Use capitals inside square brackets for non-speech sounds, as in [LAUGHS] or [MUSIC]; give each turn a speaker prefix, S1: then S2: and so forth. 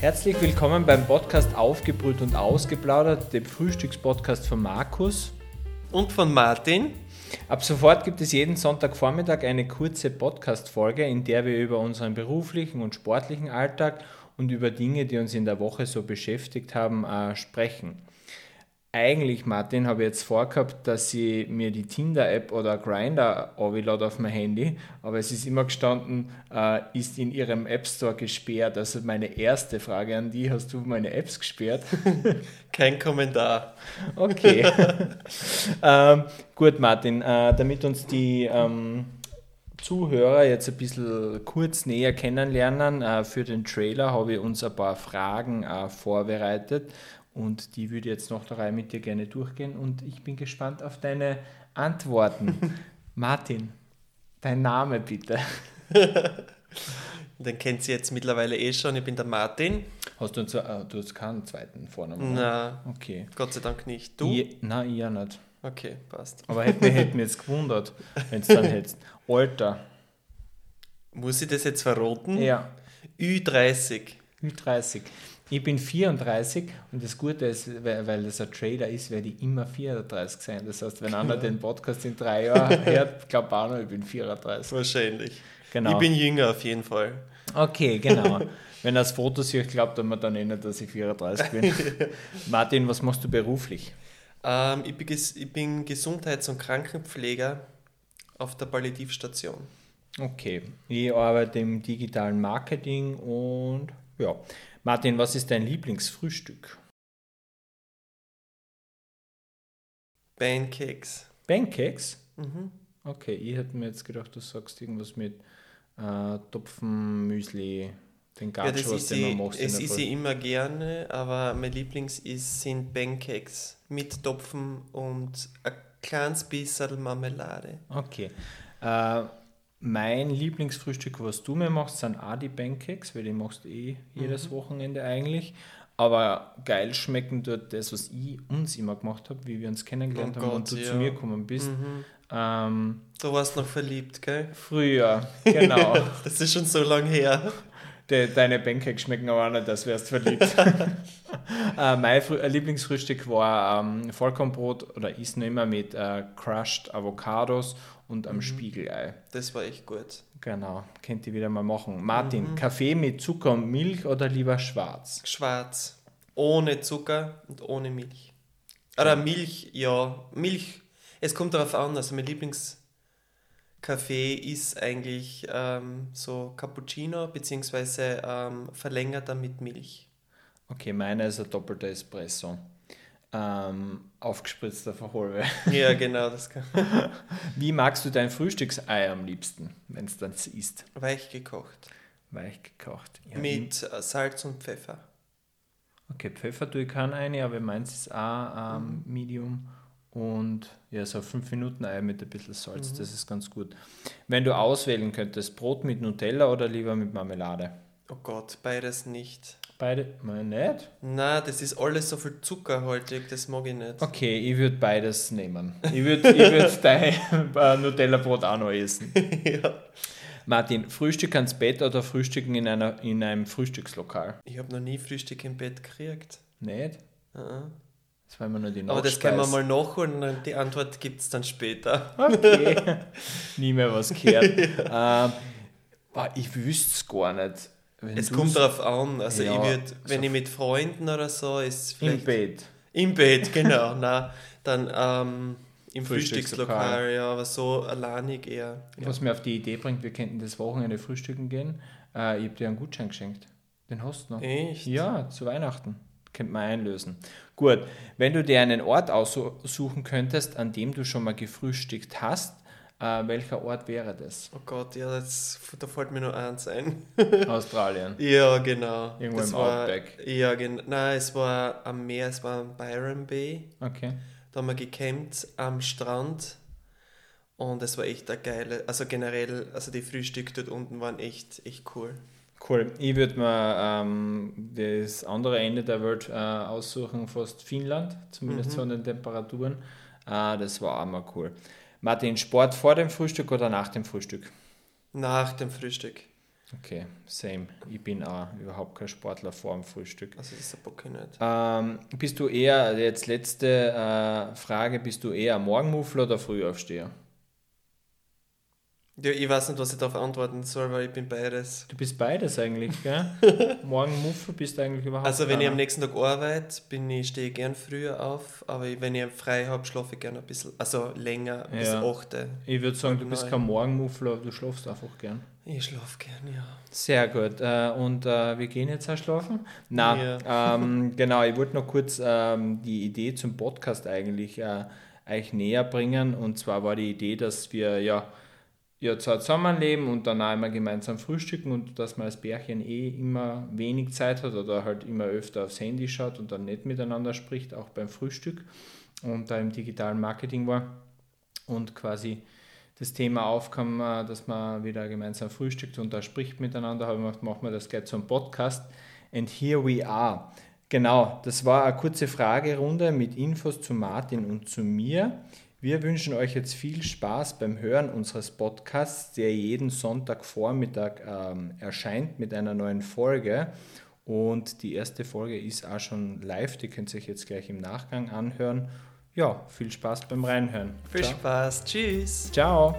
S1: Herzlich willkommen beim Podcast Aufgebrüht und Ausgeplaudert, dem Frühstückspodcast von Markus.
S2: Und von Martin.
S1: Ab sofort gibt es jeden Sonntagvormittag eine kurze Podcast-Folge, in der wir über unseren beruflichen und sportlichen Alltag und über Dinge, die uns in der Woche so beschäftigt haben, äh, sprechen. Eigentlich, Martin, habe ich jetzt vorgehabt, dass ich mir die Tinder-App oder Grinder lade auf mein Handy, aber es ist immer gestanden, äh, ist in ihrem App Store gesperrt. Also meine erste Frage an die, hast du meine Apps gesperrt?
S2: Kein Kommentar.
S1: Okay. [LAUGHS] ähm, gut, Martin, äh, damit uns die ähm, Zuhörer jetzt ein bisschen kurz näher kennenlernen, äh, für den Trailer habe ich uns ein paar Fragen äh, vorbereitet und die würde ich jetzt noch drei mit dir gerne durchgehen und ich bin gespannt auf deine [LAUGHS] Antworten. Martin, dein Name bitte.
S2: Den kennt sie jetzt mittlerweile eh schon. Ich bin der Martin.
S1: Hast du, uns, äh, du hast keinen zweiten Vornamen? oder?
S2: Na,
S1: Okay.
S2: Gott sei Dank nicht. Du?
S1: Du? Ich, nein, ich ja nicht.
S2: Okay, passt.
S1: Aber hätte mich, hätte mich jetzt gewundert, wenn es dann hättest. Alter,
S2: Muss ich das jetzt verroten?
S1: ja.
S2: Ü30.
S1: Mit 30. Ich bin 34 und das Gute ist, weil, weil das ein Trailer ist, werde ich immer 34 sein. Das heißt, wenn einer den Podcast in drei [LAUGHS] Jahren hört, glaubt auch noch, ich bin 34.
S2: Wahrscheinlich.
S1: Genau.
S2: Ich bin jünger auf jeden Fall.
S1: Okay, genau. [LAUGHS] Wenn er das Foto sieht, glaubt er mir dann eh nicht, dass ich 34 [LAUGHS] bin. Martin, was machst du beruflich?
S2: Ähm, ich, bin ges- ich bin Gesundheits- und Krankenpfleger auf der Palliativstation.
S1: Okay, ich arbeite im digitalen Marketing und ja. Martin, was ist dein Lieblingsfrühstück?
S2: Pancakes.
S1: Pancakes?
S2: Mhm.
S1: Okay, ich hätte mir jetzt gedacht, du sagst irgendwas mit äh, Topfen, Müsli, den
S2: Ja, das
S1: Gatscho, was
S2: ist
S1: den
S2: ich,
S1: man macht. in
S2: es
S1: der
S2: ist
S1: Früh.
S2: ich immer gerne, aber mein Lieblings ist, sind Pancakes mit Topfen und ein kleines bisschen Marmelade.
S1: Okay. Äh, mein Lieblingsfrühstück, was du mir machst, sind auch die Pancakes, weil die machst du eh
S2: Mhm.
S1: jedes Wochenende eigentlich. Aber geil schmecken dort das, was ich uns immer gemacht habe, wie wir uns kennengelernt
S2: Oh
S1: haben und
S2: Gott,
S1: du
S2: ja. Mhm.
S1: zu mir gekommen bist. Ähm,
S2: Du warst noch verliebt, gell?
S1: früher,
S2: [LAUGHS]
S1: genau.
S2: Das ist schon so lang her.
S1: De, deine Pancakes schmecken aber auch nicht, als wärst du verliebt. äh, mein Frü äh, Lieblingsfrühstück war ähm, Vollkornbrot oder ist noch immer mit äh, Crushed Avocados und einem Spiegelei.
S2: Das war echt gut.
S1: Genau, könnt ihr wieder mal machen. Martin, Kaffee mit Zucker und Milch oder lieber schwarz?
S2: Schwarz. Ohne Zucker und ohne Milch. Oder Milch, ja. Milch. Es kommt darauf an. Also mein Lieblingskaffee ist eigentlich ähm, so Cappuccino beziehungsweise ähm, verlängerter mit Milch.
S1: Okay, meiner ist ein doppelter Espresso. Ähm, aufgespritzter Verholwe.
S2: Ja, genau, das kann.
S1: [LAUGHS] Wie magst du dein Frühstücksei am liebsten, wenn es dann isst?
S2: Weich gekocht.
S1: Weich gekocht. Ja,
S2: mit äh, Salz und Pfeffer.
S1: Okay, Pfeffer tue ich keinen rein, aber meins ist auch ähm,
S2: Mhm.
S1: Medium. Und ja, so 5 Minuten Ei mit ein bisschen
S2: Mhm.
S1: Salz, das ist ganz gut. Wenn du auswählen könntest, Brot mit Nutella oder lieber mit Marmelade?
S2: Oh Gott, beides nicht.
S1: Beide? Mal nicht?
S2: Na, das ist alles so viel zuckerhaltig, das mag ich nicht.
S1: Okay, ich würde beides
S2: [LAUGHS]
S1: nehmen. Ich würde ich würd dein äh, Nutella-Brot auch noch essen.
S2: [LAUGHS] ja.
S1: Martin, Frühstück ans Bett oder Frühstücken in, einer, in einem Frühstückslokal?
S2: Ich habe noch nie Frühstück im Bett gekriegt.
S1: Nicht?
S2: Uh-uh.
S1: Das war immer nur die
S2: Aber das können wir
S1: Nachspeise.
S2: mal nachholen und die Antwort gibt es dann später.
S1: Okay.
S2: [LAUGHS]
S1: Nie mehr was gehört. ähm, boah, ich wüsste es gar nicht. Wenn
S2: Es
S1: du's-
S2: kommt drauf an. Also
S1: Ja,
S2: ich würde, wenn
S1: so-
S2: ich mit Freunden oder so ist
S1: Im
S2: vielleicht.
S1: Bett.
S2: Im Bett, genau. [LAUGHS] Na, dann ähm, im
S1: Frühstückslokal.
S2: Frühstückslokal, ja, aber so alleinig eher. Ja.
S1: Was mir auf die Idee bringt, wir könnten das Wochenende frühstücken gehen. Äh, ich habe dir einen Gutschein geschenkt. Den hast du noch.
S2: Echt?
S1: Ja, zu Weihnachten. Könnte man einlösen. Gut, wenn du dir einen Ort aussuchen könntest, an dem du schon mal gefrühstückt hast, äh, welcher Ort wäre das?
S2: Oh Gott, ja, das, da fällt mir nur eins ein.
S1: Australien.
S2: [LAUGHS] Ja, genau.
S1: Ah. Irgendwo im
S2: war,
S1: Outback.
S2: Ja, genau. Nein, es war am Meer, es war am Byron Bay.
S1: Okay.
S2: Da haben wir gecampt am Strand. Und es war echt eine geile, also generell, also die Frühstücke dort unten waren echt, echt cool.
S1: Cool. Ich würde mir ähm, das andere Ende der Welt äh, aussuchen, fast Finnland, zumindest so an den Temperaturen. Äh, das war auch mal cool. Martin, Sport vor dem Frühstück oder nach dem Frühstück?
S2: Nach dem Frühstück.
S1: Okay, same. Ich bin auch überhaupt kein Sportler vor dem Frühstück.
S2: Also das ist ein Bock nicht.
S1: Ähm, bist du eher, jetzt letzte äh, Frage, bist du eher Morgenmuffel oder Frühaufsteher?
S2: Ja, ich weiß nicht, was ich darauf antworten soll, weil ich bin beides.
S1: Du bist beides eigentlich, gell? [LAUGHS] Morgenmuffel bist du eigentlich überhaupt
S2: Also wenn ich
S1: keiner.
S2: am nächsten Tag arbeite, bin ich, stehe ich gern früher auf, aber ich- wenn ich frei habe, schlafe ich gern ein bisschen, also länger, bis
S1: Ja.
S2: 8.
S1: Ich würde sagen, du bist
S2: Nein.
S1: kein Morgenmuffel, aber du schlafst einfach gern.
S2: Ich schlafe gern, ja.
S1: Sehr gut. Äh, und äh, wir gehen jetzt auch schlafen? Na, ähm, genau. Ich wollte noch kurz ähm, die Idee zum Podcast eigentlich äh, euch näher bringen. Und zwar war die Idee, dass wir ja, ja zwar zusammenleben und dann auch immer gemeinsam frühstücken und dass man als Bärchen eh immer wenig Zeit hat oder halt immer öfter aufs Handy schaut und dann nicht miteinander spricht, auch beim Frühstück und da im digitalen Marketing war und quasi das Thema aufkam, äh, dass man wieder gemeinsam frühstückt und da spricht miteinander, haben wir gedacht, machen wir das gleich zum Podcast. And here we are. Genau, das war eine kurze Fragerunde mit Infos zu Martin und zu mir. Wir wünschen euch jetzt viel Spaß beim Hören unseres Podcasts, der jeden Sonntagvormittag ähm, erscheint mit einer neuen Folge. Und die erste Folge ist auch schon live, die könnt ihr euch jetzt gleich im Nachgang anhören. Ja, viel Spaß beim Reinhören.
S2: Viel Spaß, tschüss.
S1: Ciao.